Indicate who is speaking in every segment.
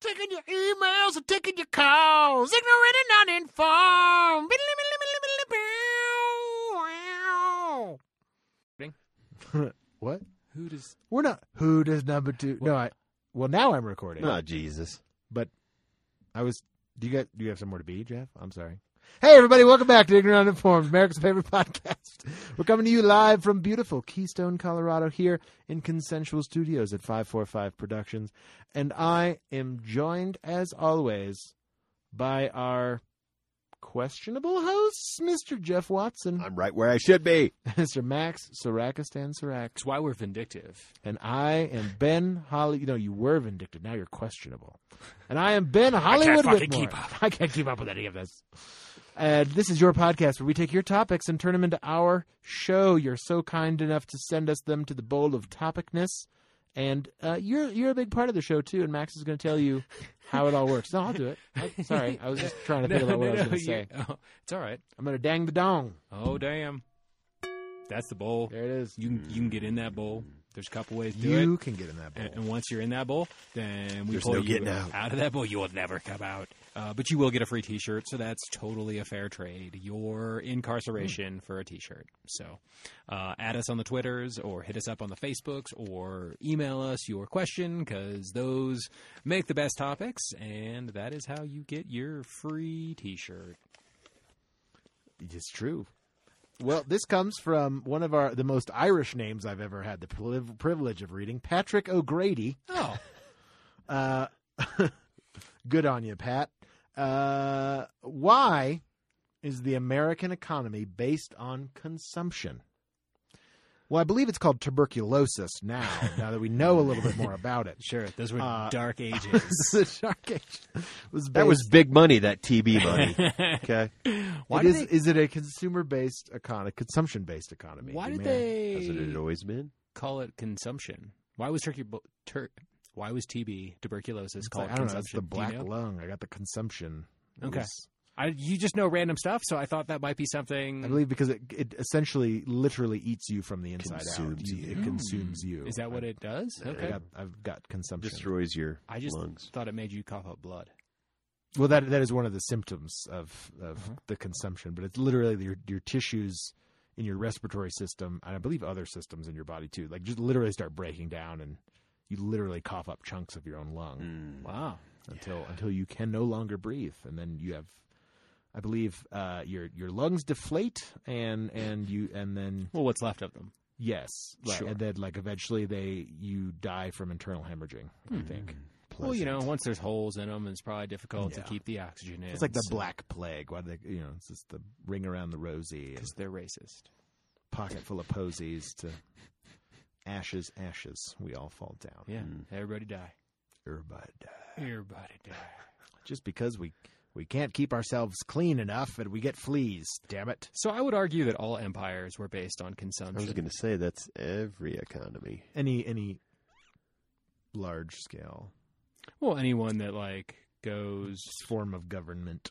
Speaker 1: taking your emails and taking your calls. Ignorant and uninformed.
Speaker 2: What?
Speaker 1: Who does?
Speaker 2: We're not. Who does number two? No, I. Well, now I'm recording.
Speaker 3: Oh, Jesus.
Speaker 2: But I was. Do you got? Do you have somewhere to be, Jeff? I'm sorry. Hey, everybody! Welcome back to Ignorant Uninformed, America's favorite podcast. We're coming to you live from beautiful Keystone, Colorado, here in Consensual Studios at 545 Productions, and I am joined, as always, by our questionable hosts, Mr. Jeff Watson,
Speaker 3: I'm right where I should be.
Speaker 2: Mr. Max Sarakistan Sarak,
Speaker 1: It's why we're vindictive.
Speaker 2: and I am Ben Holly. You know, you were vindictive. Now you're questionable. And I am Ben Hollywood
Speaker 1: fucking
Speaker 2: Whitmore.
Speaker 1: keep
Speaker 2: I can't keep up with any of this. And this is your podcast where we take your topics and turn them into our show. You're so kind enough to send us them to the bowl of topicness. And uh, you're you're a big part of the show too. And Max is going to tell you how it all works. No, I'll do it. I- sorry, I was just trying to think about what I was going to say.
Speaker 1: you- oh, it's all right.
Speaker 2: I'm going to dang the dong.
Speaker 1: Oh damn, that's the bowl.
Speaker 2: There it is.
Speaker 1: You can, you can get in that bowl. There's a couple ways to do
Speaker 2: You
Speaker 1: it.
Speaker 2: can get in that bowl.
Speaker 1: And, and once you're in that bowl, then we
Speaker 3: There's
Speaker 1: pull
Speaker 3: no
Speaker 1: you
Speaker 3: getting out.
Speaker 1: of that bowl. You will never come out. Uh, but you will get a free T-shirt, so that's totally a fair trade. Your incarceration for a T-shirt. So, uh, add us on the Twitters or hit us up on the Facebooks or email us your question because those make the best topics, and that is how you get your free T-shirt.
Speaker 2: It's true. Well, this comes from one of our the most Irish names I've ever had the priv- privilege of reading, Patrick O'Grady.
Speaker 1: Oh,
Speaker 2: Uh, good on you, Pat. Uh, why is the American economy based on consumption? Well, I believe it's called tuberculosis now. now that we know a little bit more about it,
Speaker 1: sure. Those were
Speaker 2: Uh,
Speaker 1: dark ages.
Speaker 2: the shark age was
Speaker 3: That was
Speaker 2: based-
Speaker 3: big money, that TB money. Okay.
Speaker 1: why
Speaker 2: it
Speaker 1: did
Speaker 2: is,
Speaker 1: they,
Speaker 2: is it a consumer based economy, consumption based economy?
Speaker 1: why did
Speaker 2: Demand-
Speaker 3: Hasn't
Speaker 1: they
Speaker 3: it always been?
Speaker 1: call it consumption? Why was turkey bu- tur- why was TB tuberculosis
Speaker 2: It's
Speaker 1: called
Speaker 2: like, I don't know. It's
Speaker 1: consumption?
Speaker 2: the black
Speaker 1: Do you know?
Speaker 2: lung. I got the consumption. It
Speaker 1: Okay.
Speaker 2: was-
Speaker 1: I, you just know random stuff, so I thought that might be something.
Speaker 2: I believe because it, it essentially literally eats you from the inside out.
Speaker 3: Consumes
Speaker 2: You-
Speaker 3: you.
Speaker 2: It consumes you.
Speaker 1: Mm. Is that what it does?
Speaker 2: I,
Speaker 1: Okay.
Speaker 2: I got, I've got consumption.
Speaker 3: Destroys your
Speaker 1: I just
Speaker 3: lungs.
Speaker 1: thought it made you cough up blood.
Speaker 2: well, that that is one of the symptoms of of
Speaker 1: Uh-huh.
Speaker 2: the consumption, but it's literally your your tissues in your respiratory system, and I believe other systems in your body too, like just literally start breaking down, and you literally cough up chunks of your own lung.
Speaker 3: mm.
Speaker 1: Wow.
Speaker 2: until until you can no longer breathe, and then you have, I believe, uh, your your lungs deflate, and and you and then
Speaker 1: Well, what's left of them?
Speaker 2: yes, like-
Speaker 1: Sure.
Speaker 2: and then like eventually they you die from internal hemorrhaging. I think
Speaker 1: Well, you know, once there's holes in them, it's probably difficult
Speaker 2: Yeah.
Speaker 1: to keep the oxygen in.
Speaker 2: it's like the
Speaker 1: so-
Speaker 2: black plague. Why do they? You know, it's just the ring around the rosy, and
Speaker 1: 'cause they're racist.
Speaker 2: pocket full of posies to ashes, ashes. We all fall down.
Speaker 1: Yeah. Everybody die.
Speaker 2: Everybody dies.
Speaker 1: Everybody die.
Speaker 2: Just because we we can't keep ourselves clean enough, and we get fleas. Damn it.
Speaker 1: So I would argue that all empires were based on consumption.
Speaker 3: I was going to say that's every economy.
Speaker 2: any any large scale
Speaker 1: Well, anyone that like goes,
Speaker 2: form of government.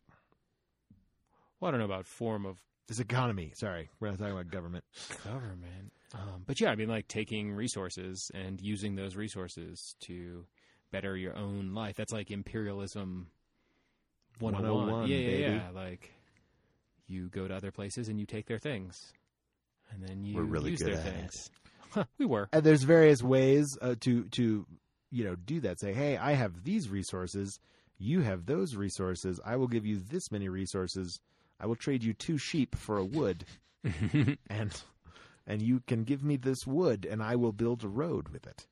Speaker 1: well, I don't know about form of
Speaker 2: This economy, sorry, we're not talking about government.
Speaker 1: government, um, but yeah, I mean like taking resources and using those resources to better your own life. That's like imperialism 101.
Speaker 2: 101,
Speaker 1: yeah, yeah,
Speaker 2: baby.
Speaker 1: yeah. Like you go to other places and you take their things, and then you
Speaker 3: We're really
Speaker 1: use
Speaker 3: good
Speaker 1: their
Speaker 3: at it.
Speaker 1: things. Huh, we were.
Speaker 2: And there's various ways uh, to to you know do that. Say, hey, I have these resources, you have those resources. I will give you this many resources. I will trade you two sheep for a wood, and and you can give me this wood, and I will build a road with it.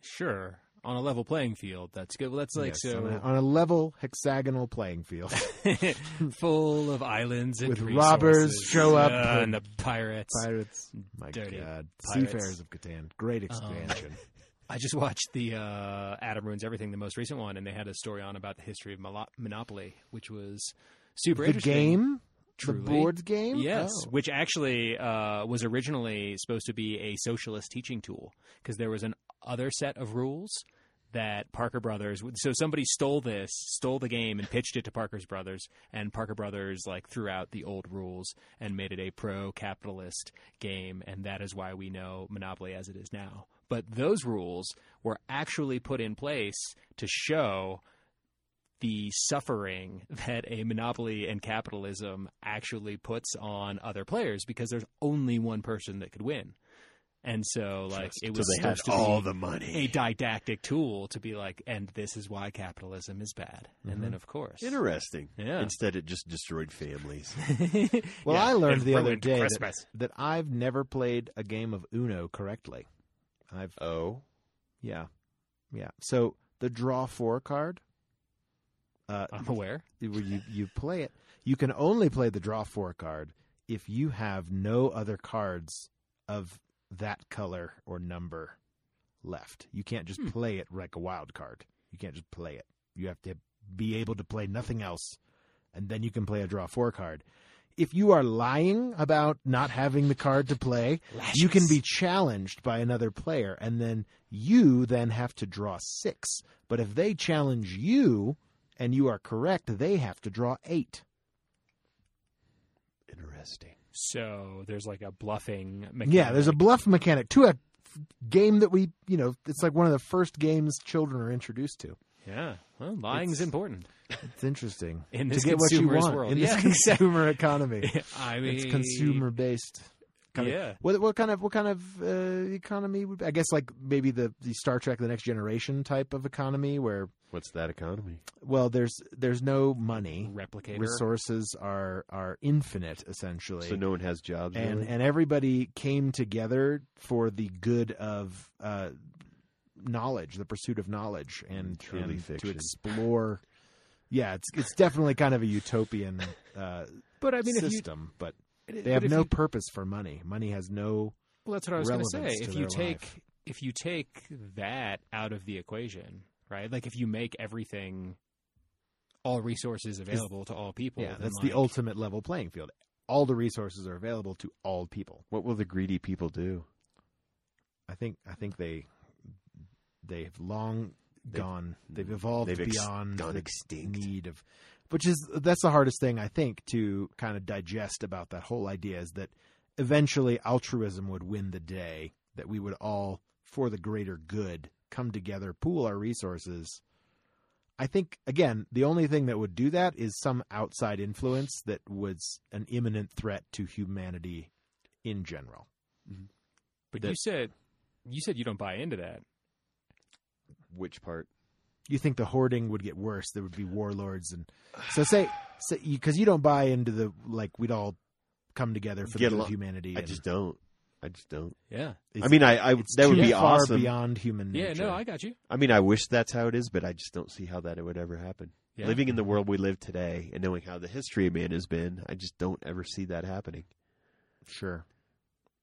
Speaker 1: sure. On a level playing field, that's good. Well, that's like
Speaker 2: Yes, on, a,
Speaker 1: so
Speaker 2: on a level hexagonal playing field.
Speaker 1: full of islands and
Speaker 2: With
Speaker 1: resources.
Speaker 2: robbers show up
Speaker 1: Yeah, and the
Speaker 2: and-
Speaker 1: pirates.
Speaker 2: Pirates, my
Speaker 1: Dirty
Speaker 2: God,
Speaker 1: pirates. Um,
Speaker 2: Seafarers of Catan, great expansion.
Speaker 1: I just watched the uh, Adam ruins everything, the most recent one, and they had a story on about the history of Molo- Monopoly, which was super
Speaker 2: the
Speaker 1: interesting.
Speaker 2: game,
Speaker 1: Truly.
Speaker 2: the board game.
Speaker 1: Yes,
Speaker 2: Oh.
Speaker 1: which actually uh, was originally supposed to be a socialist teaching tool because there was an other set of rules that Parker Brothers. would- So somebody stole this, stole the game, and pitched it to Parker's Brothers, and Parker Brothers like threw out the old rules and made it a pro-capitalist game, and that is why we know Monopoly as it is now. But those rules were actually put in place to show the suffering that a monopoly and capitalism actually puts on other players because there's only one person that could win. And so, like, it was
Speaker 3: so they had
Speaker 1: supposed to
Speaker 3: all
Speaker 1: be
Speaker 3: the money.
Speaker 1: a didactic tool to be like, and this is why capitalism is bad. And
Speaker 2: Mm-hmm.
Speaker 1: then, of course,
Speaker 3: Interesting.
Speaker 1: Yeah.
Speaker 3: Instead, it just destroyed families.
Speaker 2: Well,
Speaker 1: Yeah,
Speaker 2: I learned
Speaker 1: it
Speaker 2: the other
Speaker 1: ruined
Speaker 2: day that,
Speaker 1: Christmas.
Speaker 2: that I've never played a game of Uno correctly. I've
Speaker 3: oh,
Speaker 2: yeah, yeah. So the draw four card, uh,
Speaker 1: I'm aware.
Speaker 2: where you you play it, you can only play the draw four card if you have no other cards of that color or number left. You can't just
Speaker 1: Hmm.
Speaker 2: play it like a wild card. You can't just play it. You have to be able to play nothing else, and then you can play a draw four card. If you are lying about not having the card to play, you can be challenged by another player and then you then have to draw six but if they challenge you and you are correct they have to draw eight
Speaker 3: interesting.
Speaker 1: So there's like a bluffing. Mechanic.
Speaker 2: yeah there's a bluff mechanic to a f- game that we you know it's like one of the first games children are introduced to
Speaker 1: yeah. Well, lying's
Speaker 2: It's-
Speaker 1: important
Speaker 2: it's interesting
Speaker 1: in this
Speaker 2: to get what you
Speaker 1: consumer's
Speaker 2: want
Speaker 1: world.
Speaker 2: in
Speaker 1: yeah,
Speaker 2: this consumer economy
Speaker 1: exactly. I mean,
Speaker 2: it's consumer based kind of-
Speaker 1: yeah.
Speaker 2: What, what kind of what kind of uh, economy would I guess like maybe the, the Star Trek the Next Generation type of economy where
Speaker 3: What's that economy?
Speaker 2: well there's there's no money
Speaker 1: replicator.
Speaker 2: resources are are infinite essentially
Speaker 3: So no one has jobs.
Speaker 2: and
Speaker 3: really?
Speaker 2: and everybody came together for the good of uh knowledge the pursuit of knowledge and,
Speaker 3: Truly
Speaker 2: and to
Speaker 3: fiction.
Speaker 2: explore yeah it's it's definitely kind of a utopian uh
Speaker 1: but I mean, if you,
Speaker 2: system but
Speaker 1: but
Speaker 2: they have
Speaker 1: if
Speaker 2: no
Speaker 1: you-
Speaker 2: purpose for money money has no
Speaker 1: Well, that's what I was going to say.
Speaker 2: relevance to
Speaker 1: If you
Speaker 2: their
Speaker 1: take
Speaker 2: life.
Speaker 1: if you take that out of the equation, right? Like if you make everything all resources available to all people.
Speaker 2: yeah
Speaker 1: then,
Speaker 2: that's
Speaker 1: like,
Speaker 2: the ultimate level playing field all the resources are available to all people
Speaker 3: what will the greedy people do?
Speaker 2: i think i think they they've long
Speaker 3: They've-
Speaker 2: gone they've evolved
Speaker 3: They've ex-
Speaker 2: beyond
Speaker 3: gone
Speaker 2: the
Speaker 3: extinct.
Speaker 2: need of which is that's the hardest thing i think to kind of digest about that whole idea is that eventually altruism would win the day that we would all for the greater good come together pool our resources i think again the only thing that would do that is some outside influence that was an imminent threat to humanity in general
Speaker 1: But
Speaker 2: that-
Speaker 1: you said you said you don't buy into that.
Speaker 3: Which part?
Speaker 2: you think the hoarding would get worse there would be warlords and so say because you, 'cause you don't buy into the like we'd all come together for
Speaker 3: Get
Speaker 2: the good of
Speaker 3: along.
Speaker 2: humanity
Speaker 3: I
Speaker 2: and
Speaker 3: just don't. I just don't.
Speaker 1: Yeah.
Speaker 2: it's-
Speaker 3: I mean, I, I
Speaker 2: it's
Speaker 3: that would
Speaker 2: too
Speaker 3: be
Speaker 2: far
Speaker 3: awesome.
Speaker 2: beyond human nature
Speaker 1: Yeah. No, I got you.
Speaker 3: I mean, I wish that's how it is, but I just don't see how that would ever happen.
Speaker 1: Yeah.
Speaker 3: Living in the world we live today and knowing how the history of man has been, I just don't ever see that happening.
Speaker 2: sure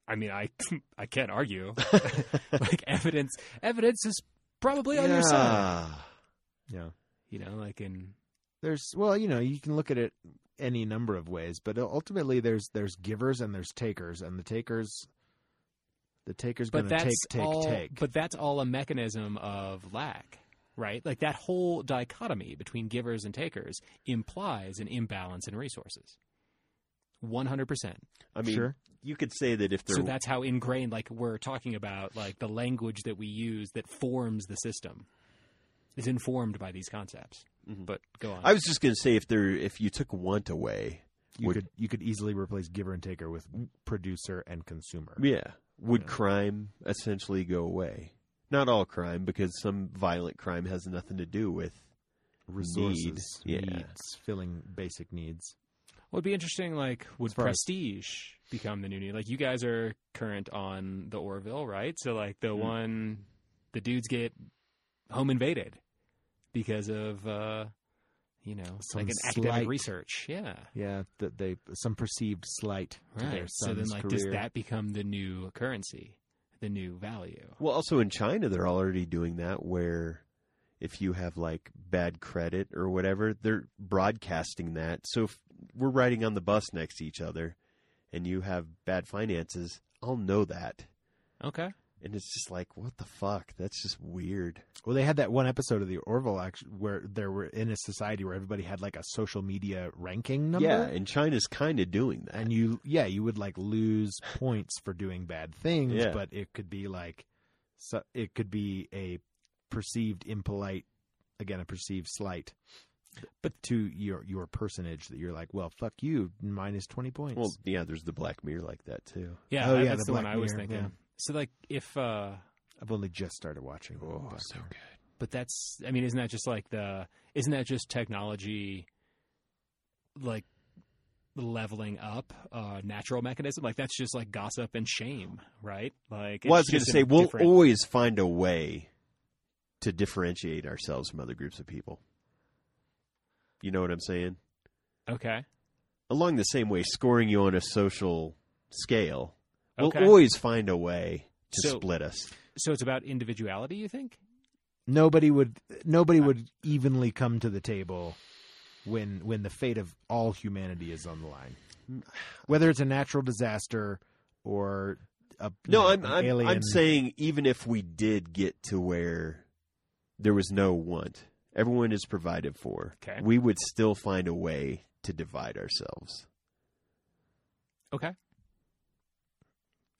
Speaker 1: I mean, I I can't argue. like evidence, evidence is probably on your side.
Speaker 2: yeah
Speaker 1: You know, like in
Speaker 2: there's well you know you can look at it any number of ways but ultimately there's there's givers and there's takers and the takers the takers
Speaker 1: but
Speaker 2: going to
Speaker 1: that's
Speaker 2: take take
Speaker 1: all.
Speaker 2: take
Speaker 1: But that's all a mechanism of lack, right? Like that whole dichotomy between givers and takers implies an imbalance in resources. One hundred percent.
Speaker 3: I mean,
Speaker 2: sure
Speaker 3: you could say that if there
Speaker 1: So that's how ingrained. Like we're talking about, like the language that we use that forms the system is informed by these concepts.
Speaker 2: Mm-hmm.
Speaker 3: Mhm.
Speaker 1: But go on.
Speaker 3: I was just going to say if there if you took want away,
Speaker 2: you
Speaker 3: would-
Speaker 2: could you could easily replace giver and taker with producer and consumer
Speaker 3: yeah, would
Speaker 2: Yeah.
Speaker 3: crime essentially go away? Not all crime because some violent crime has nothing to do with
Speaker 2: resources
Speaker 3: Need, yeah.
Speaker 2: needs filling basic needs
Speaker 1: Well, it'd be interesting. Like, would
Speaker 2: As far as-
Speaker 1: Prestige become the new new? Like, you guys are current on the Orville, right? So, like, the
Speaker 3: Mm.
Speaker 2: Mm-hmm.
Speaker 1: one the dudes get home invaded because of, uh, you know,
Speaker 2: Some
Speaker 1: like an
Speaker 2: slight-
Speaker 1: academic research. Yeah,
Speaker 2: yeah that they some perceived slight to their
Speaker 1: right. So
Speaker 2: son's
Speaker 1: then, like,
Speaker 2: career.
Speaker 1: does that become the new currency, the new value?
Speaker 3: Well, also in China, they're already doing that where if you have like bad credit or whatever, they're broadcasting that. So if we're riding on the bus next to each other and you have bad finances, I'll know that.
Speaker 1: Okay.
Speaker 3: And it's just like, what the fuck? That's just weird.
Speaker 2: Well, they had that one episode of the Orville actually, where there were in a society where everybody had like a social media ranking number.
Speaker 3: Yeah, and China's kind of doing that.
Speaker 2: and you, yeah, you would like lose points for doing bad things,
Speaker 3: Yeah.
Speaker 2: but it could be like, so it could be a perceived impolite, again, a perceived slight but to your your personage that you're like, well, fuck you, minus twenty points.
Speaker 3: Well, yeah, there's the Black Mirror like that too.
Speaker 1: Yeah,
Speaker 2: Oh,
Speaker 1: that-
Speaker 2: yeah,
Speaker 1: that's
Speaker 2: the
Speaker 1: the, one
Speaker 2: Black
Speaker 1: I was
Speaker 2: Mirror,
Speaker 1: thinking.
Speaker 2: yeah.
Speaker 1: So like if uh
Speaker 2: I've only just started watching.
Speaker 3: Oh,
Speaker 1: Oh,
Speaker 2: Black Mirror.
Speaker 3: good.
Speaker 1: but that's I mean isn't that just like the isn't that just technology like leveling up uh natural mechanism like that's just like gossip and shame right like
Speaker 3: Well, I was
Speaker 1: it's
Speaker 3: going to
Speaker 1: just a
Speaker 3: say we'll
Speaker 1: different-
Speaker 3: always find a way to differentiate ourselves from other groups of people. You know what I'm saying?
Speaker 1: okay
Speaker 3: Along the same way, scoring you on a social scale, we'll
Speaker 1: Okay.
Speaker 3: always find a way to
Speaker 1: So-
Speaker 3: split us.
Speaker 1: so it's about individuality you think
Speaker 2: Nobody would nobody would evenly come to the table when when the fate of all humanity is on the line, whether it's a natural disaster or a
Speaker 3: No,
Speaker 2: you
Speaker 3: I'm
Speaker 2: know, an
Speaker 3: I'm,
Speaker 2: alien.
Speaker 3: I'm saying even if we did get to where there was no want, everyone is provided for.
Speaker 1: Okay.
Speaker 3: We would still find a way to divide ourselves.
Speaker 1: okay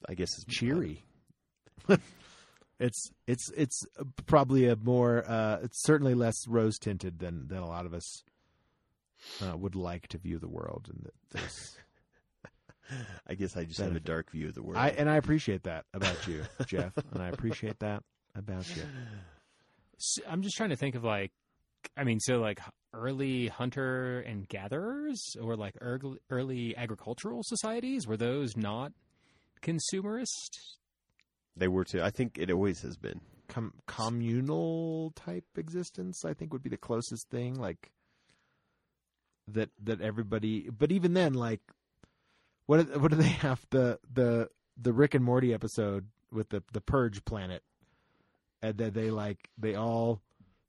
Speaker 3: I guess it's
Speaker 2: cheery. it's it's it's probably a more uh, it's certainly less rose tinted than than a lot of us uh, would like to view the world. And that there's,
Speaker 3: I guess I just have a
Speaker 2: Benefit.
Speaker 3: dark view of the world.
Speaker 2: I and I appreciate that about you, Jeff, and I appreciate that about you.
Speaker 1: S I'm just trying to think of like, I mean, so like early hunter and gatherers or like erg- early agricultural societies were those not consumerist?
Speaker 3: they were too. I think it always has been.
Speaker 2: Com- communal type existence, I think, would be the closest thing. Like that that everybody, but even then, like what do- what do they have the the the Rick and Morty episode with the the Purge planet, and that they like they all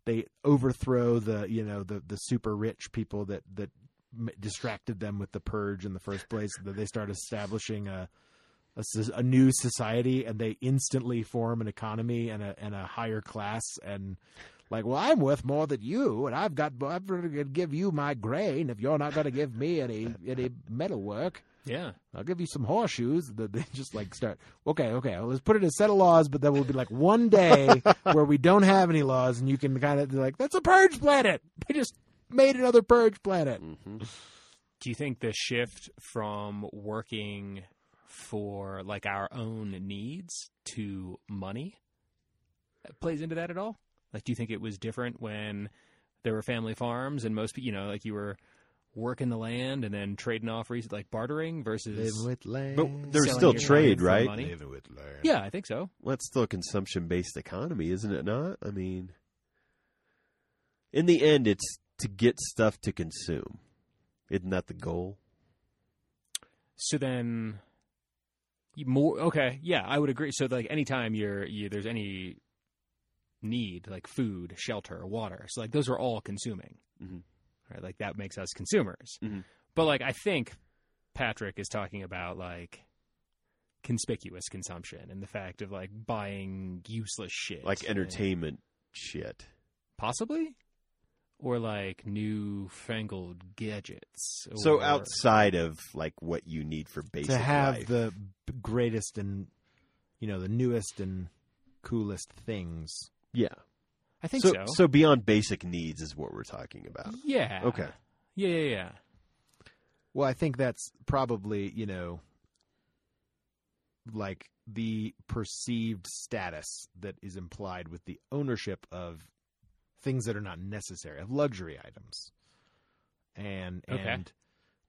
Speaker 2: they overthrow the you know the the super rich people that that m- distracted them with the purge in the first place that they start establishing a a, s- a new society and they instantly form an economy and a and a higher class and like well I'm worth more than you and I've got I'm going to give you my grain if you're not going to give me any any metal work
Speaker 1: Yeah,
Speaker 2: I'll give you some horseshoes. That they just like start. Okay, okay. Well, let's put it in a set of laws, but then we'll be like one day where we don't have any laws, and you can kind of like that's a purge planet. They just made another purge planet.
Speaker 3: Mm-hmm.
Speaker 1: do you think the shift from working for like our own needs to money uh, plays into that at all? Like, do you think it was different when there were family farms and most, pe- you know, like you were working the land and then trading off, re- like bartering versus
Speaker 2: Live with land.
Speaker 3: But there's
Speaker 1: Selling
Speaker 3: still
Speaker 1: your time
Speaker 3: trade,
Speaker 1: for
Speaker 3: right?
Speaker 1: money.
Speaker 2: Live with land.
Speaker 1: Yeah, I think so.
Speaker 3: Well, it's still a consumption based economy, isn't it not? I mean, in the end, it's to get stuff to consume. Isn't that the goal?
Speaker 1: So then, you more okay, yeah, I would agree. So like, anytime you're you, there's any need like food, shelter, water, so like those are all consuming,
Speaker 3: Mhm.
Speaker 1: right? Like that makes us consumers.
Speaker 3: Mhm.
Speaker 1: But like, I think Patrick is talking about like conspicuous consumption and the fact of like buying useless shit,
Speaker 3: Like
Speaker 1: and-
Speaker 3: entertainment shit.
Speaker 1: possibly. Or like newfangled gadgets. Or,
Speaker 3: So outside of like what you need for basic
Speaker 2: to have
Speaker 3: life.
Speaker 2: the b- greatest and you know the newest and coolest things.
Speaker 3: yeah.
Speaker 1: I think
Speaker 3: so,
Speaker 1: so.
Speaker 3: beyond basic needs is what we're talking about.
Speaker 1: yeah.
Speaker 3: Okay.
Speaker 1: Yeah, yeah, yeah.
Speaker 2: Well, I think that's probably, you know, like the perceived status that is implied with the ownership of things that are not necessary, of luxury items. And
Speaker 1: Okay.
Speaker 2: and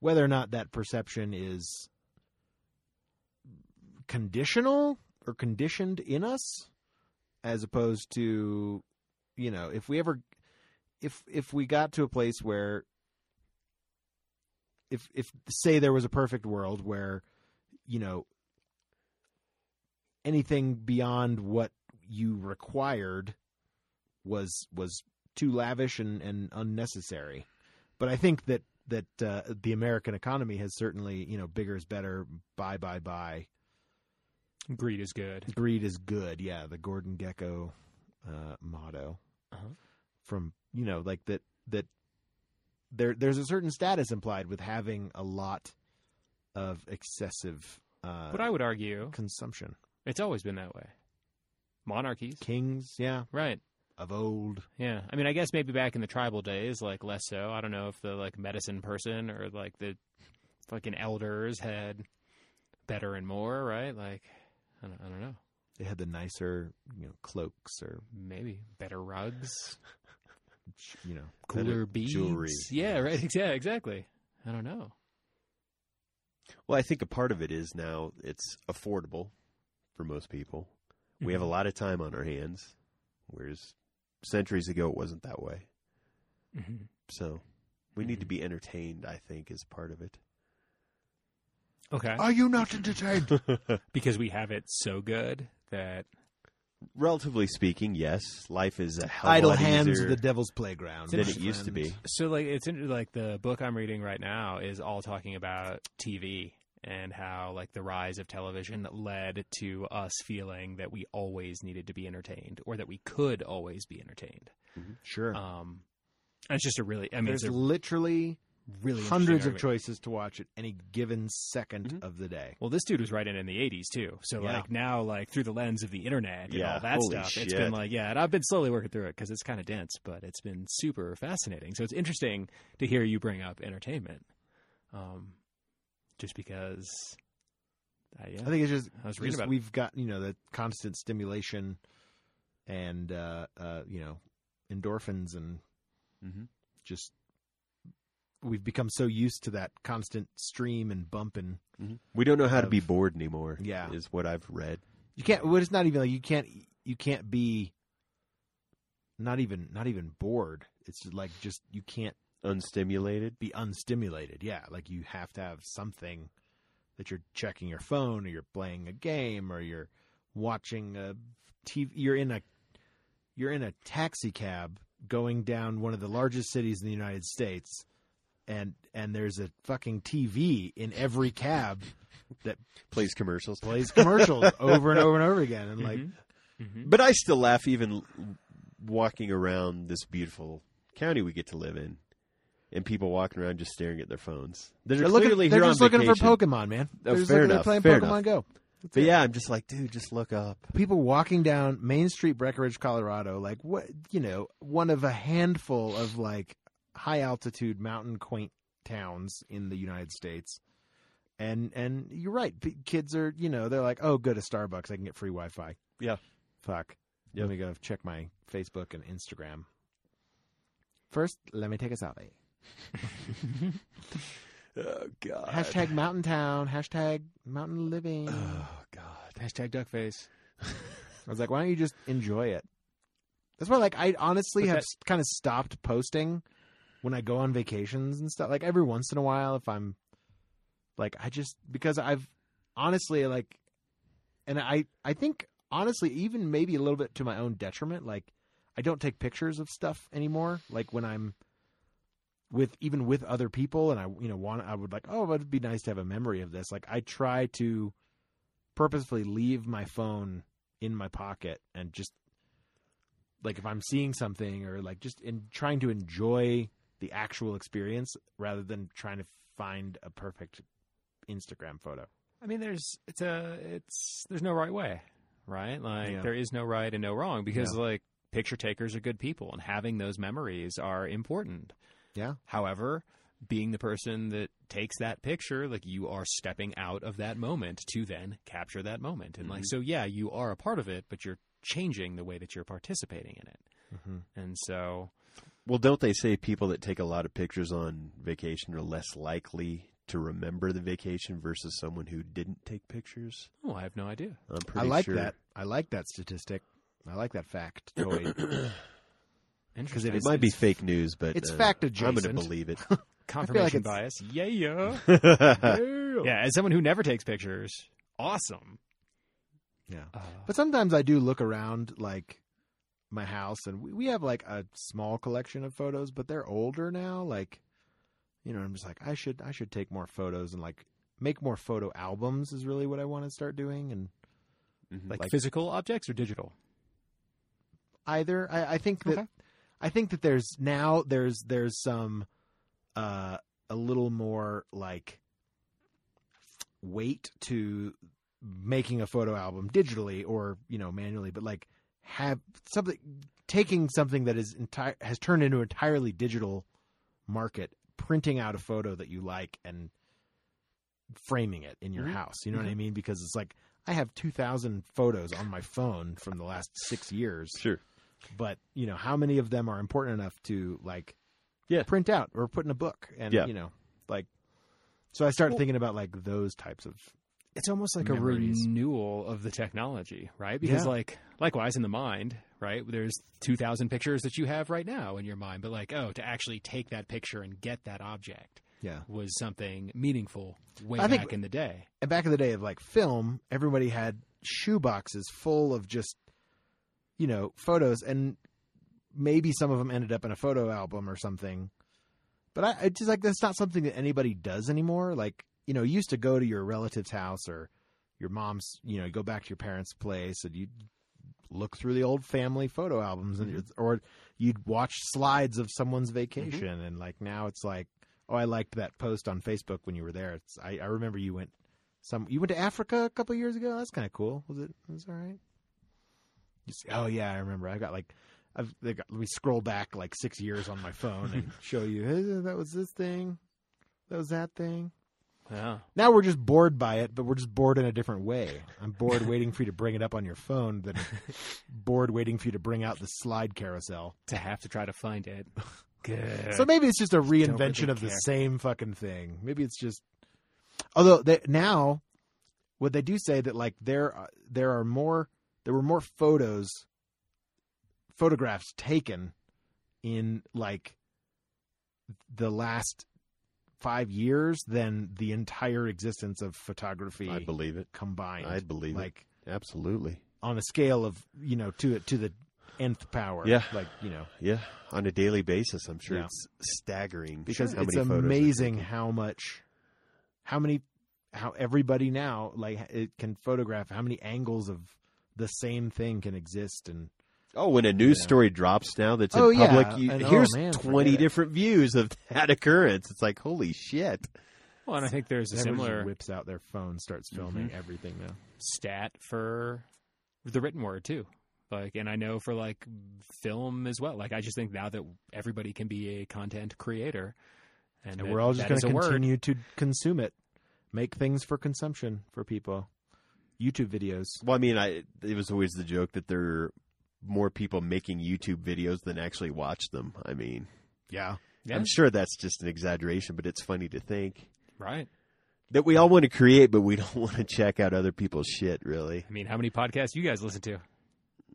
Speaker 2: whether or not that perception is conditional or conditioned in us as opposed to you know, if we ever if if we got to a place where if if say there was a perfect world where you know anything beyond what you required was was too lavish and, and unnecessary but i think that that uh, the american economy has certainly you know bigger is better buy buy buy
Speaker 1: Greed is good.
Speaker 2: greed is good yeah the gordon gecko uh, motto
Speaker 1: Uh-huh.
Speaker 2: from you know like that that there there's a certain status implied with having a lot of excessive uh,
Speaker 1: But I would argue
Speaker 2: consumption
Speaker 1: it's always been that way. Monarchies,
Speaker 2: kings yeah
Speaker 1: right?
Speaker 2: of old.
Speaker 1: Yeah, I mean, I guess maybe back in the tribal days, like less so. I don't know if the like medicine person or like the fucking elders had better and more, right? Like, I don't, I don't know.
Speaker 2: They had the nicer, you know, cloaks or
Speaker 1: Maybe better rugs,
Speaker 2: you know.
Speaker 1: cooler
Speaker 3: Better
Speaker 1: beads,
Speaker 3: jewelry.
Speaker 1: Yeah, right. Yeah, exactly. I don't know.
Speaker 3: Well, I think a part of it is now it's affordable for most people. We have a lot of time on our hands, whereas centuries ago it wasn't that way.
Speaker 1: Mm-hmm.
Speaker 3: So we need to be entertained, I think, is part of it.
Speaker 1: Okay,
Speaker 2: Are you not entertained?
Speaker 1: because we have it so good that
Speaker 3: Relatively speking, yes, life is a hell of a
Speaker 2: Idle
Speaker 3: lot
Speaker 2: hands
Speaker 3: easier
Speaker 2: of the devil's playground.
Speaker 3: than
Speaker 2: my
Speaker 3: it used to
Speaker 2: friend.
Speaker 3: be.
Speaker 1: So like it's in, like the book I'm reading right now is all talking about TV and how like the rise of television led to us feeling that we always needed to be entertained or that we could always be entertained.
Speaker 2: Sure.
Speaker 1: Um and it's just a really I mean
Speaker 2: There's
Speaker 1: it's a
Speaker 2: literally
Speaker 1: really
Speaker 2: hundreds
Speaker 1: interesting
Speaker 2: of
Speaker 1: argument.
Speaker 2: choices to watch at any given 2nd
Speaker 1: Mm-hmm.
Speaker 2: of the day.
Speaker 1: Well, this dude was writing in the '80s too, so
Speaker 2: Yeah.
Speaker 1: like now, like through the lens of the internet and
Speaker 3: Yeah,
Speaker 1: all that
Speaker 3: holy
Speaker 1: stuff, it's
Speaker 3: shit.
Speaker 1: been like, yeah. And I've been slowly working through it because it's kind of dense, but it's been super fascinating. So it's interesting to hear you bring up entertainment, um, just because, I, yeah,
Speaker 2: I think it's just,
Speaker 1: I was reading
Speaker 2: just
Speaker 1: about.
Speaker 2: we've got you know the constant stimulation and uh, uh, you know endorphins and
Speaker 3: Mhm.
Speaker 2: just we've become so used to that constant stream and bump and
Speaker 3: We don't know how to
Speaker 2: Of-
Speaker 3: be bored anymore.
Speaker 2: Yeah.
Speaker 3: is what I've read.
Speaker 2: you can't. Well, it's not even like you can't. You can't be not even not even bored. It's just like just you can't
Speaker 3: Unstimulated.
Speaker 2: be unstimulated. Yeah, like you have to have something that you're checking your phone or you're playing a game or you're watching a TV. You're in a you're in a taxi cab going down one of the largest cities in the United States, and and there's a fucking TV in every cab that
Speaker 3: Plays commercials.
Speaker 2: plays commercials over and over and over again, and like
Speaker 1: Mhm.
Speaker 3: Mm-hmm.
Speaker 1: Mhm.
Speaker 3: But I still laugh even l- walking around this beautiful county we get to live in, and people walking around just staring at their phones. They're,
Speaker 2: they're looking,
Speaker 3: clearly here
Speaker 2: they're
Speaker 3: on
Speaker 2: just looking
Speaker 3: vacation.
Speaker 2: for Pokemon, man.
Speaker 3: Oh,
Speaker 2: They're just
Speaker 3: fair
Speaker 2: looking-
Speaker 3: enough,
Speaker 2: They're playing
Speaker 3: fair
Speaker 2: Pokemon
Speaker 3: enough.
Speaker 2: Go.
Speaker 3: But yeah, I'm just like, dude, just look up.
Speaker 2: people walking down Main Street, Breckenridge, Colorado, like what you know, one of a handful of like high altitude mountain quaint towns in the United States. And and you're right, p- kids are you know they're like, oh, go to Starbucks, I can get free Wi-Fi.
Speaker 3: Yeah.
Speaker 2: fuck.
Speaker 3: Yep.
Speaker 2: Let me go check my Facebook and Instagram. First, let me take a selfie.
Speaker 1: Mm-hmm.
Speaker 3: Oh god.
Speaker 2: Hashtag Mountain Town. Hashtag Mountain Living.
Speaker 3: Oh god.
Speaker 1: Hashtag duckface.
Speaker 2: I was like, why don't you just enjoy it? That's why, like, I honestly
Speaker 1: But
Speaker 2: have
Speaker 1: that-
Speaker 2: kind of stopped posting when I go on vacations and stuff. Like every once in a while, if I'm like, I just because I've honestly like, and I I think honestly, even maybe a little bit to my own detriment, like I don't take pictures of stuff anymore. Like when I'm with even with other people, and I you know want I would like, oh, it'd be nice to have a memory of this. Like I try to purposefully leave my phone in my pocket and just like if I'm seeing something or like just in trying to enjoy the actual experience rather than trying to find a perfect Instagram photo.
Speaker 1: I mean, there's it's a it's there's no right way, right? Like
Speaker 2: Yeah.
Speaker 1: there is no right and no wrong because like picture takers are good people, and having those memories are important.
Speaker 2: Yeah.
Speaker 1: However, being the person that takes that picture, like you are stepping out of that moment to then capture that moment, and like
Speaker 2: Mm-hmm.
Speaker 1: so,
Speaker 3: Mhm.
Speaker 1: yeah, you are a part of it, but you're changing the way that you're participating in it,
Speaker 3: Mm-hmm.
Speaker 1: and so
Speaker 3: Well, don't they say people that take a lot of pictures on vacation are less likely to remember the vacation versus someone who didn't take pictures?
Speaker 1: oh, I have no idea.
Speaker 3: I'm
Speaker 2: I
Speaker 3: pretty
Speaker 2: like
Speaker 3: sure.
Speaker 2: that. I like that statistic. I like that fact. Lloyd.
Speaker 1: Because
Speaker 2: it
Speaker 3: It might be fake news, but
Speaker 2: it's
Speaker 3: uh,
Speaker 2: fact
Speaker 3: I'm going to
Speaker 2: adjacent.
Speaker 3: believe it.
Speaker 1: confirmation
Speaker 2: it's-
Speaker 1: bias. Yeah, yeah.
Speaker 3: yeah,
Speaker 1: yeah, as someone who never takes pictures, awesome.
Speaker 2: Yeah.
Speaker 1: Uh,
Speaker 2: But sometimes I do look around like my house and we, we have like a small collection of photos, but they're older now. Like, you know, I'm just like, I should, I should take more photos and like make more photo albums is really what I want to start doing. And
Speaker 1: like,
Speaker 2: like-
Speaker 1: physical objects or digital?
Speaker 2: either. I, I think that
Speaker 1: Okay.
Speaker 2: I think that there's now there's there's some uh a little more like weight to making a photo album digitally or you know manually, but like have something taking something that is entire has turned into an entirely digital market, printing out a photo that you like and framing it in your
Speaker 1: Mhm.
Speaker 2: house. You know what I
Speaker 1: Mhm.
Speaker 2: mean? Because it's like I have two thousand photos on my phone from the last six years,
Speaker 3: Sure.
Speaker 2: but you know how many of them are important enough to like
Speaker 3: Yeah.
Speaker 2: print out or put in a book and
Speaker 3: Yeah.
Speaker 2: you know like so i start
Speaker 1: Well-
Speaker 2: thinking about like those types of
Speaker 1: it's almost like
Speaker 2: memories.
Speaker 1: a renewal of the technology, right? Because
Speaker 2: Yeah.
Speaker 1: like likewise in the mind, right? There's 2000 pictures that you have right now in your mind, but like oh, to actually take that picture and get that object
Speaker 2: yeah
Speaker 1: was something meaningful way
Speaker 2: I
Speaker 1: back
Speaker 2: think-
Speaker 1: in the day.
Speaker 2: and back in the day of like film, everybody had shoe boxes full of just you know photos, and maybe some of them ended up in a photo album or something. But I it's just like that's not something that anybody does anymore. Like you know, you used to go to your relative's house or your mom's, you know, you go back to your parents' place and you look through the old family photo albums, and or you'd watch slides of someone's vacation, and like now it's like. Oh, I liked that post on Facebook when you were there. It's, I, I remember you went some. You went to Africa a couple years ago. That's kind of cool. Was it? Was it all right? You see, oh yeah, I remember. I got like, I've they got, let me scroll back like six years on my phone and show you "Hey, that was this thing, that was that thing.
Speaker 1: Yeah.
Speaker 2: Now we're just bored by it, but we're just bored in a different way. I'm bored waiting for you to bring it up on your phone than bored waiting for you to bring out the slide carousel.
Speaker 1: To have to try to find it. Good.
Speaker 2: So maybe it's just a
Speaker 1: don't
Speaker 2: reinvention
Speaker 1: really
Speaker 2: of the
Speaker 1: care.
Speaker 2: same fucking thing. Maybe it's just. Although they, now, what they do say that like there are- there are more there were more photos, photographs taken, in like the last five years than the entire existence of photography
Speaker 3: I believe it.
Speaker 2: combined.
Speaker 3: I believe
Speaker 2: like
Speaker 3: it. Absolutely.
Speaker 2: on a scale of you know to it to the nth power.
Speaker 3: Yeah.
Speaker 2: like you know.
Speaker 3: Yeah. On a daily basis, I'm sure
Speaker 2: Yeah.
Speaker 3: it's staggering
Speaker 2: because
Speaker 3: how
Speaker 2: it's
Speaker 3: many photos are
Speaker 2: amazing
Speaker 3: taken.
Speaker 2: how much how many how everybody now like it can photograph how many angles of the same thing can exist and
Speaker 3: Oh, when a news
Speaker 2: Yeah.
Speaker 3: story drops now that's in
Speaker 2: Oh, yeah.
Speaker 3: public, you,
Speaker 2: And, oh,
Speaker 3: here's
Speaker 2: man, forget
Speaker 3: 20
Speaker 2: it.
Speaker 3: different views of that occurrence. It's like, holy shit.
Speaker 1: well, and I think there's a
Speaker 2: everybody
Speaker 1: similar
Speaker 2: whips out their phone starts filming everything now
Speaker 1: stat for the written word too. Like, and I know for like film as well. Like, I just think now that everybody can be a content creator,
Speaker 2: and,
Speaker 1: and, that-
Speaker 2: we're all just
Speaker 1: that
Speaker 2: going
Speaker 1: is
Speaker 2: to
Speaker 1: a word.
Speaker 2: continue to consume it make things for consumption for people youtube videos
Speaker 3: Well, I mean, I it was always the joke that there are more people making YouTube videos than actually watch them. I mean,
Speaker 2: yeah
Speaker 1: Yeah,
Speaker 3: I'm sure that's just an exaggeration, but it's funny to think
Speaker 1: right.
Speaker 3: that we all want to create, but we don't want to check out other people's shit, really.
Speaker 1: I mean, how many podcasts you guys listen to?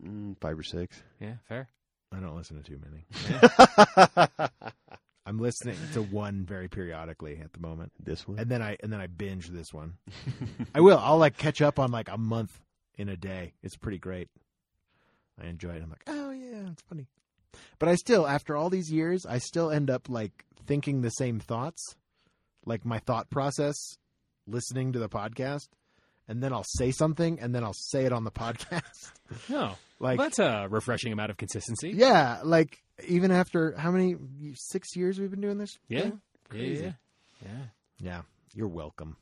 Speaker 3: Mm, five or six.
Speaker 1: Yeah, fair.
Speaker 2: i don't listen to too many i'm listening to one very periodically at the moment
Speaker 3: this one.
Speaker 2: and then I and then I binge this one. I will. I'll like catch up on like a month in a day. It's pretty great. I enjoy it. I'm like, oh yeah, it's funny. But I still, after all these years, I still end up like thinking the same thoughts, like my thought process, listening to the podcast, and then I'll say something, and then I'll say it on the podcast.
Speaker 1: No,
Speaker 2: like,
Speaker 1: well, that's a refreshing amount of consistency.
Speaker 2: yeah, like even after how many six years we've been doing this?
Speaker 1: Yeah.
Speaker 2: thing?
Speaker 1: yeah, yeah. yeah.
Speaker 2: yeah. You're welcome.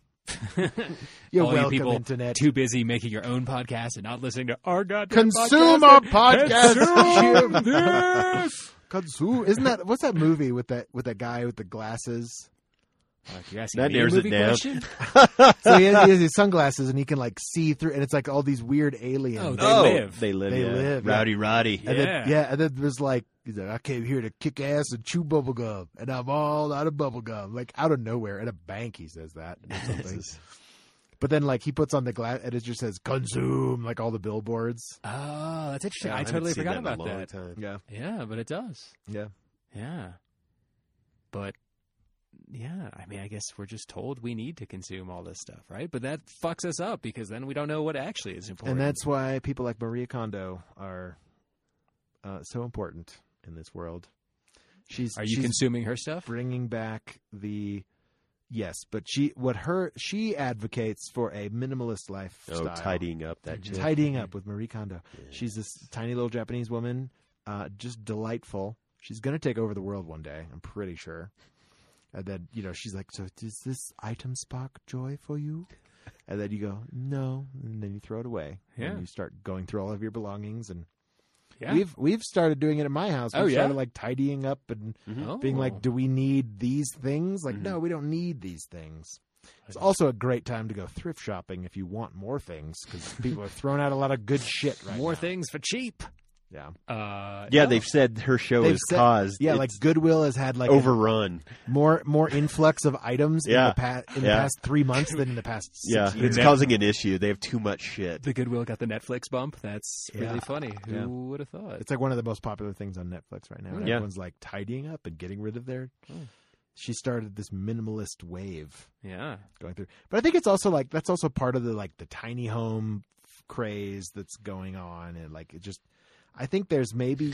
Speaker 2: You're
Speaker 1: All you
Speaker 2: welcome,
Speaker 1: people
Speaker 2: internet.
Speaker 1: Too busy making your own podcast and not listening to our goddamn
Speaker 2: consume
Speaker 1: podcast.
Speaker 2: our podcast.
Speaker 1: Consume this.
Speaker 2: consume. Isn't that what's that movie with that with that guy with the glasses?
Speaker 1: Like, you're asking
Speaker 3: That
Speaker 1: me a
Speaker 3: narrows it
Speaker 1: movie
Speaker 3: down.
Speaker 1: question?
Speaker 2: So he has, he has his sunglasses and he can like see through, and it's like all these weird aliens.
Speaker 1: Oh, They
Speaker 3: oh,
Speaker 1: live.
Speaker 3: They live.
Speaker 2: They
Speaker 3: yeah.
Speaker 2: live, yeah.
Speaker 3: Rowdy Roddy.
Speaker 1: Yeah.
Speaker 2: and Then, yeah, and then there's like he's like, I came here to kick ass and chew bubble gum, and I'm all out of bubble gum, like out of nowhere at a bank. He says that, or something.
Speaker 3: Jesus.
Speaker 2: but then like he puts on the glass, and it just says "consume" like all the billboards.
Speaker 1: Oh, that's interesting.
Speaker 3: Yeah,
Speaker 1: I
Speaker 3: haven't
Speaker 1: totally
Speaker 3: seen
Speaker 1: forgot
Speaker 3: that in a
Speaker 1: about
Speaker 3: long
Speaker 1: that.
Speaker 3: time.
Speaker 2: Yeah,
Speaker 1: Yeah, but it does.
Speaker 2: yeah.
Speaker 1: Yeah. But yeah, I mean, I guess we're just told we need to consume all this stuff, right? But that fucks us up because then we don't know what actually is important.
Speaker 2: And that's why people like Maria Kondo are uh, so important in this world. She's
Speaker 1: are you
Speaker 2: she's
Speaker 1: consuming her stuff?
Speaker 2: bringing back the yes, but she what her she advocates for a minimalist
Speaker 3: Oh,
Speaker 2: lifestyle,
Speaker 3: tidying up that shit.
Speaker 2: tidying up with Marie Kondo.
Speaker 3: Yeah.
Speaker 2: She's this tiny little Japanese woman, uh, just delightful. She's gonna take over the world one day. I'm pretty sure. And then you know she's like, "So does this item spark joy for you?" And then you go, "No," and then you throw it away.
Speaker 1: Yeah.
Speaker 2: And you start going through all of your belongings and
Speaker 1: Yeah.
Speaker 2: We've we've started doing it at my house. We've
Speaker 1: Oh, yeah?
Speaker 2: started like tidying up and
Speaker 3: Mhm.
Speaker 1: Oh.
Speaker 2: being like, "Do we need these things?" Like,
Speaker 3: Mhm.
Speaker 2: no, we don't need these things. It's also a great time to go thrift shopping if you want more things because people are throwing out a lot of good shit right
Speaker 1: more
Speaker 2: now.
Speaker 1: things for cheap.
Speaker 2: Yeah,
Speaker 1: Uh,
Speaker 3: Yeah,
Speaker 1: no.
Speaker 3: they've said her show
Speaker 2: They've
Speaker 3: is
Speaker 2: said-
Speaker 3: caused.
Speaker 2: yeah.
Speaker 3: it's
Speaker 2: like Goodwill has had like a
Speaker 3: overrun.
Speaker 2: more more influx of items in
Speaker 3: Yeah.
Speaker 2: the past in the
Speaker 3: Yeah.
Speaker 2: past three months than in the past. Six
Speaker 3: Yeah,
Speaker 2: years.
Speaker 3: it's causing an issue. They have too much shit.
Speaker 1: the Goodwill got the Netflix bump. That's really
Speaker 2: Yeah.
Speaker 1: funny. Who
Speaker 3: Yeah.
Speaker 1: would have thought?
Speaker 2: It's like one of the most popular things on Netflix
Speaker 3: Mm,
Speaker 2: right now. and
Speaker 1: Yeah.
Speaker 2: Everyone's like tidying up and getting rid of their.
Speaker 1: Oh.
Speaker 2: She started this minimalist wave
Speaker 1: Yeah,
Speaker 2: going through, but I think it's also like that's also part of the like the tiny home f- craze that's going on, and like it just. I think there's maybe,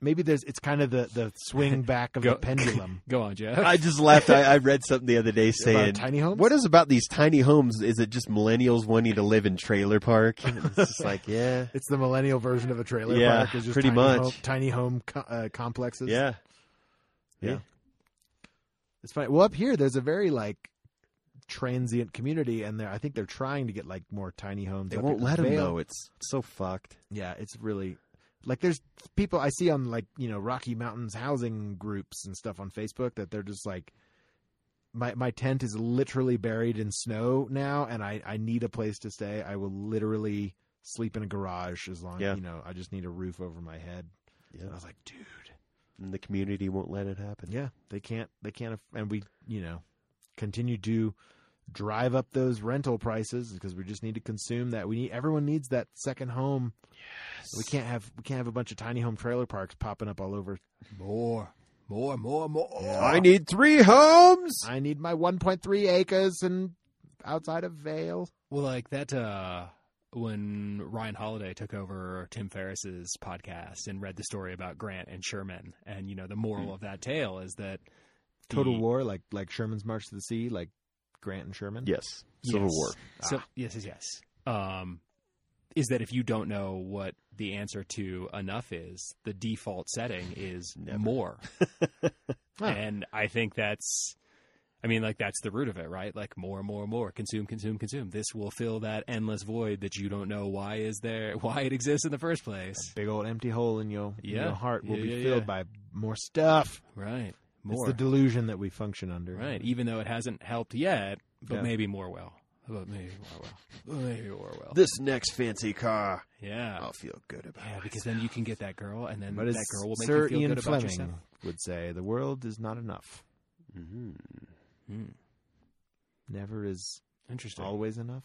Speaker 2: maybe there's it's kind of the the swing back of
Speaker 1: Go-
Speaker 2: the pendulum.
Speaker 1: go on, Jeff.
Speaker 3: I just laughed. I, I read something the other day
Speaker 2: About
Speaker 3: saying,
Speaker 2: tiny homes.
Speaker 3: "What is about these tiny homes? Is it just millennials wanting to live in trailer park?" And it's just like, yeah,
Speaker 2: It's the millennial version of a trailer
Speaker 3: Yeah,
Speaker 2: park. It's just
Speaker 3: pretty
Speaker 2: tiny
Speaker 3: much.
Speaker 2: home, tiny home co- uh, complexes.
Speaker 3: yeah,
Speaker 2: It's funny. Well, up here, there's a very like transient community, and they're, I think they're trying to get like more tiny homes.
Speaker 3: they
Speaker 2: up
Speaker 3: won't
Speaker 2: in
Speaker 3: let them
Speaker 2: Vale.
Speaker 3: know. It's so fucked.
Speaker 2: Yeah, it's really like there's people I see on like you know Rocky Mountains housing groups and stuff on Facebook that they're just like. My my tent is literally buried in snow now, and I, I need a place to stay. I will literally sleep in a garage as long
Speaker 3: Yeah.
Speaker 2: you know. I just need a roof over my head.
Speaker 3: Yeah,
Speaker 2: And I was like, dude,
Speaker 3: and the community won't let it happen.
Speaker 2: yeah, they can't. They can't. aff- And we, you know, continue to drive up those rental prices because we just need to consume that. We need everyone needs that second home. We can't have we can't have a bunch of tiny home trailer parks popping up all over.
Speaker 1: more, more, more, more.
Speaker 3: I need three homes.
Speaker 2: I need my 1.3 acres and outside of Vale.
Speaker 1: Well, like that uh, when Ryan Holiday took over Tim Ferriss's podcast and read the story about Grant and Sherman, and you know the moral of that tale is that the-
Speaker 2: Total war, like like Sherman's March to the Sea, like Grant and Sherman.
Speaker 3: Yes, Civil
Speaker 1: Yes.
Speaker 3: War.
Speaker 1: So
Speaker 2: Ah.
Speaker 1: yes, yes, yes. Um, is that if you don't know what the answer to enough is, the default setting is
Speaker 3: Never.
Speaker 1: more.
Speaker 2: Huh.
Speaker 1: And I think that's, I mean, like that's the root of it, right? Like more, more, more, consume, consume, consume. This will fill that endless void that you don't know why is there, why it exists in the first place,
Speaker 2: A big old empty hole in your, in
Speaker 1: Yeah.
Speaker 2: your heart will
Speaker 1: Yeah,
Speaker 2: be
Speaker 1: yeah,
Speaker 2: filled
Speaker 1: yeah.
Speaker 2: by more stuff.
Speaker 1: right?
Speaker 2: It's
Speaker 1: More,
Speaker 2: the delusion that we function under.
Speaker 1: right? Even though it hasn't helped yet, but
Speaker 2: Yeah.
Speaker 1: maybe more will. But maybe more will. But Maybe more will.
Speaker 3: This next fancy car,
Speaker 1: yeah.
Speaker 3: I'll feel good about.
Speaker 1: Yeah, because then you can get that girl, and then
Speaker 2: Oh, But
Speaker 1: that
Speaker 2: as
Speaker 1: girl will make
Speaker 2: Sir
Speaker 1: you feel
Speaker 2: Ian
Speaker 1: good
Speaker 2: Fleming
Speaker 1: about yourself.
Speaker 2: would say, the world is not enough.
Speaker 3: hmm
Speaker 1: Mm,
Speaker 2: Never is
Speaker 1: interesting.
Speaker 2: always enough.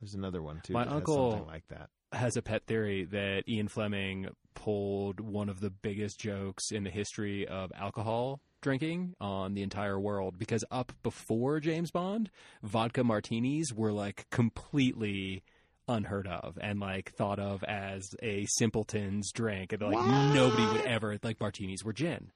Speaker 2: There's another one too.
Speaker 1: My
Speaker 2: that has
Speaker 1: uncle-
Speaker 2: something like that.
Speaker 1: Has a pet theory that Ian Fleming pulled one of the biggest jokes in the history of alcohol drinking on the entire world because up before James Bond, vodka martinis were like completely unheard of and like thought of as a simpleton's drink and like nobody would ever like martinis were gin.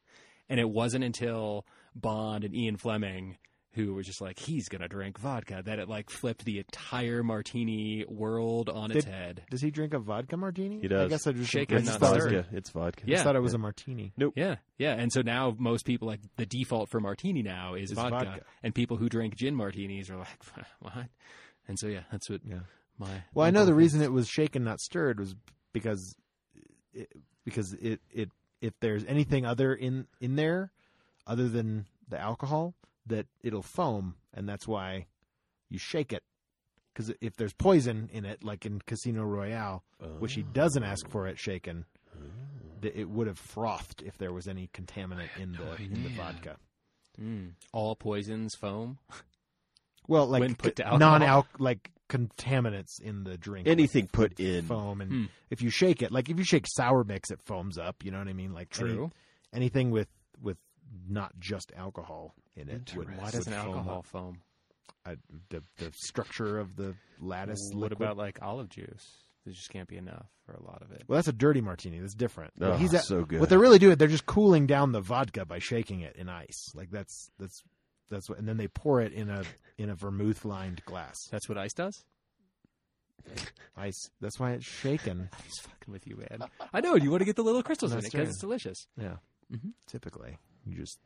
Speaker 1: And it wasn't until Bond and Ian Fleming who were just like he's going to drink vodka that it like flipped the entire martini world on its
Speaker 2: Did-
Speaker 1: head.
Speaker 2: Does he drink a vodka martini?
Speaker 3: He does.
Speaker 2: I guess I just
Speaker 1: Shake
Speaker 2: I
Speaker 1: it,
Speaker 2: just
Speaker 1: not
Speaker 2: thought,
Speaker 1: stir
Speaker 2: I
Speaker 1: it.
Speaker 3: vodka. It's vodka.
Speaker 1: Yeah.
Speaker 2: thought it was a martini.
Speaker 1: Yeah, yeah. And so now most people like the default for martini now is
Speaker 2: Is
Speaker 1: vodka,
Speaker 2: vodka.
Speaker 1: and people who drink gin martinis are like, what? And so yeah, that's what
Speaker 2: Yeah.
Speaker 1: my.
Speaker 2: Well, I
Speaker 1: my
Speaker 2: know the
Speaker 1: girlfriend-
Speaker 2: reason it was shaken, not stirred, was because it, because it it if there's anything other in in there other than the alcohol that it'll foam, and that's why you shake it. Because if there's poison in it, like in Casino Royale,
Speaker 3: Uh,
Speaker 2: which he
Speaker 3: mm-hmm.
Speaker 2: doesn't ask for it shaken, that it would have frothed if there was any contaminant in the
Speaker 1: no
Speaker 2: in the
Speaker 1: idea.
Speaker 2: vodka.
Speaker 1: Mm. all poisons foam.
Speaker 2: Well, like
Speaker 1: When put to alcohol?
Speaker 2: non alc like contaminants in the drink.
Speaker 3: Anything
Speaker 2: like
Speaker 3: put in.
Speaker 2: foam and
Speaker 1: Hmm.
Speaker 2: if you shake it, like if you shake sour mix it foams up, you know what I mean? Like any-
Speaker 1: True.
Speaker 2: anything with with not just alcohol in it would,
Speaker 1: Why
Speaker 2: would
Speaker 1: doesn't
Speaker 2: foam
Speaker 1: alcohol
Speaker 2: up.
Speaker 1: foam?
Speaker 2: I, the the structure of the lattice
Speaker 1: what
Speaker 2: liquid.
Speaker 1: about like olive juice? There just can't be enough for a lot of it.
Speaker 2: well that's a dirty martini, that's different.
Speaker 3: Oh,
Speaker 2: But he's at,
Speaker 3: so good.
Speaker 2: What they're really doing, they're just cooling down the vodka by shaking it in ice. Like that's that's that's what, and then they pour it in a in a vermouth lined glass.
Speaker 1: That's what ice does.
Speaker 2: Ice. That's why it's shaken.
Speaker 1: I'm just fucking with you, man. I know you want to get the little crystals in it
Speaker 2: That's
Speaker 1: because
Speaker 2: true.
Speaker 1: it's delicious.
Speaker 2: Yeah.
Speaker 1: Mhm.
Speaker 2: Typically, you just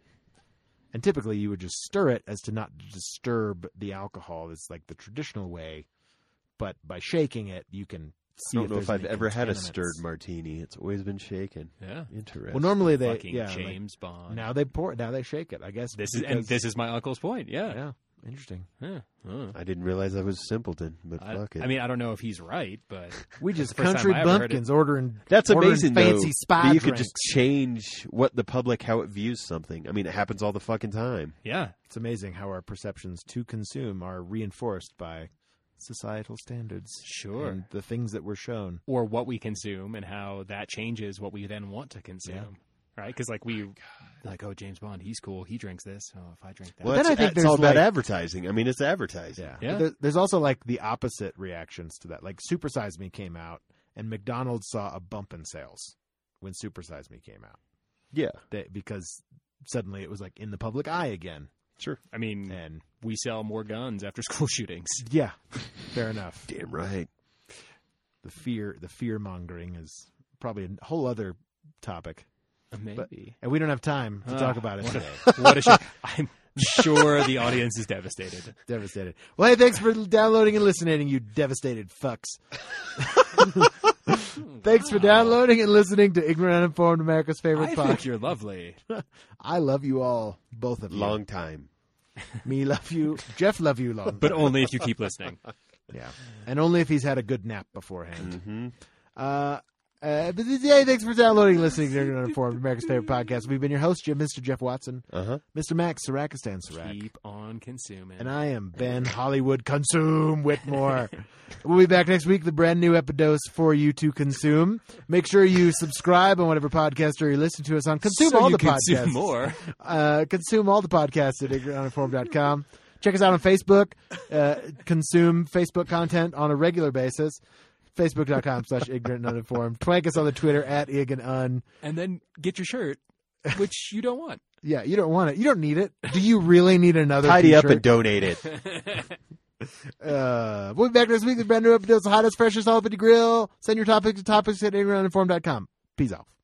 Speaker 2: and typically you would just stir it as to not disturb the alcohol. It's like the traditional way, but by shaking it, you can see
Speaker 3: I don't know
Speaker 2: there's
Speaker 3: if I've
Speaker 2: any
Speaker 3: ever had a
Speaker 2: contaminants.
Speaker 3: stirred martini. It's always been shaken.
Speaker 1: Yeah.
Speaker 3: Interesting.
Speaker 2: Well, normally they
Speaker 1: Fucking
Speaker 2: yeah. like,
Speaker 1: James Bond.
Speaker 2: now they pour. Now they shake it. I guess
Speaker 1: this is and
Speaker 2: because-
Speaker 1: this is my uncle's point. Yeah.
Speaker 2: Yeah, interesting.
Speaker 1: Yeah. Uh.
Speaker 3: I didn't realize I was simpleton, but
Speaker 1: I,
Speaker 3: fuck it.
Speaker 1: I mean, I don't know if he's right, but
Speaker 2: We just
Speaker 1: the first
Speaker 2: country
Speaker 1: time I ever heard it.
Speaker 2: bumpkins ordering.
Speaker 3: that's
Speaker 2: ordering
Speaker 3: amazing.
Speaker 2: Fancy
Speaker 3: though,
Speaker 2: spy
Speaker 3: that you could
Speaker 2: drinks.
Speaker 3: just change what the public how it views something. I mean, it happens all the fucking time.
Speaker 1: yeah.
Speaker 2: It's amazing how our perceptions to consume are reinforced by societal standards.
Speaker 1: Sure.
Speaker 2: And the things that were shown.
Speaker 1: or what we consume and how that changes what we then want to consume. Right? Because like we, like oh James Bond, he's cool. He drinks this. Oh, if I drink that,
Speaker 3: Well,
Speaker 2: then
Speaker 3: that's-
Speaker 2: I think
Speaker 3: that's
Speaker 2: there's
Speaker 3: all about
Speaker 2: like-
Speaker 3: advertising. I mean, it's advertising.
Speaker 2: Yeah.
Speaker 1: Yeah.
Speaker 2: But there- there's also like the opposite reactions to that. Like Super Size Me came out, and McDonald's saw a bump in sales when Super Size Me came out.
Speaker 3: Yeah.
Speaker 2: They, because suddenly it was like in the public eye again.
Speaker 1: sure. I mean,
Speaker 2: And
Speaker 1: we sell more guns after school shootings.
Speaker 2: yeah, fair enough.
Speaker 3: Damn right.
Speaker 2: The fear, the fear mongering is probably a whole other topic,
Speaker 1: Maybe.
Speaker 2: and we don't have time to
Speaker 1: Ah,
Speaker 2: talk about it
Speaker 1: what a-
Speaker 2: today.
Speaker 1: what a shame. I'm sure the audience is devastated.
Speaker 2: Devastated. Well, hey, thanks for downloading and listening, you devastated fucks. thanks for
Speaker 1: Wow.
Speaker 2: downloading and listening to Ignorant Uninformed America's
Speaker 1: I
Speaker 2: Favorite
Speaker 1: think
Speaker 2: Podcast.
Speaker 1: you're lovely.
Speaker 2: I love you all, both of you.
Speaker 3: Long time.
Speaker 2: Me love you. Jeff love you long.
Speaker 1: But only if you keep listening.
Speaker 2: yeah. And only if he's had a good nap beforehand.
Speaker 1: Mm.
Speaker 3: hmm
Speaker 2: Uh, uh, but hey, thanks for downloading and listening to Ignorant Uninformed America's Favorite Podcast. We've been your host, Jim, Mr. Jeff Watson,
Speaker 3: Uh huh.
Speaker 2: Mr. Max Sarakistan Sarak.
Speaker 1: Keep on consuming.
Speaker 2: And I am Ben Hollywood Consume Whitmore. we'll be back next week, with a brand new Epidose for you to consume. Make sure you subscribe on whatever podcaster you listen to us on. Consume
Speaker 1: so
Speaker 2: all
Speaker 1: you
Speaker 2: the
Speaker 1: consume
Speaker 2: podcasts.
Speaker 1: more.
Speaker 2: Uh, consume all the podcasts at ignorantuninformed.com. Check us out on Facebook. Uh, consume Facebook content on a regular basis. Facebook.com slash ignorant and uninformed. Twank us on the Twitter at ig and un.
Speaker 1: And then get your shirt, which you don't want.
Speaker 2: Yeah, you don't want it. You don't need it. Do you really need another
Speaker 3: Tidy up
Speaker 2: t-shirt?
Speaker 3: and donate it.
Speaker 2: Uh, we'll be back next week with brand new episodes of Hottest, Freshest, Jalapeno Grill. Send your topics to topics at ignorantinformed.com. Peace out.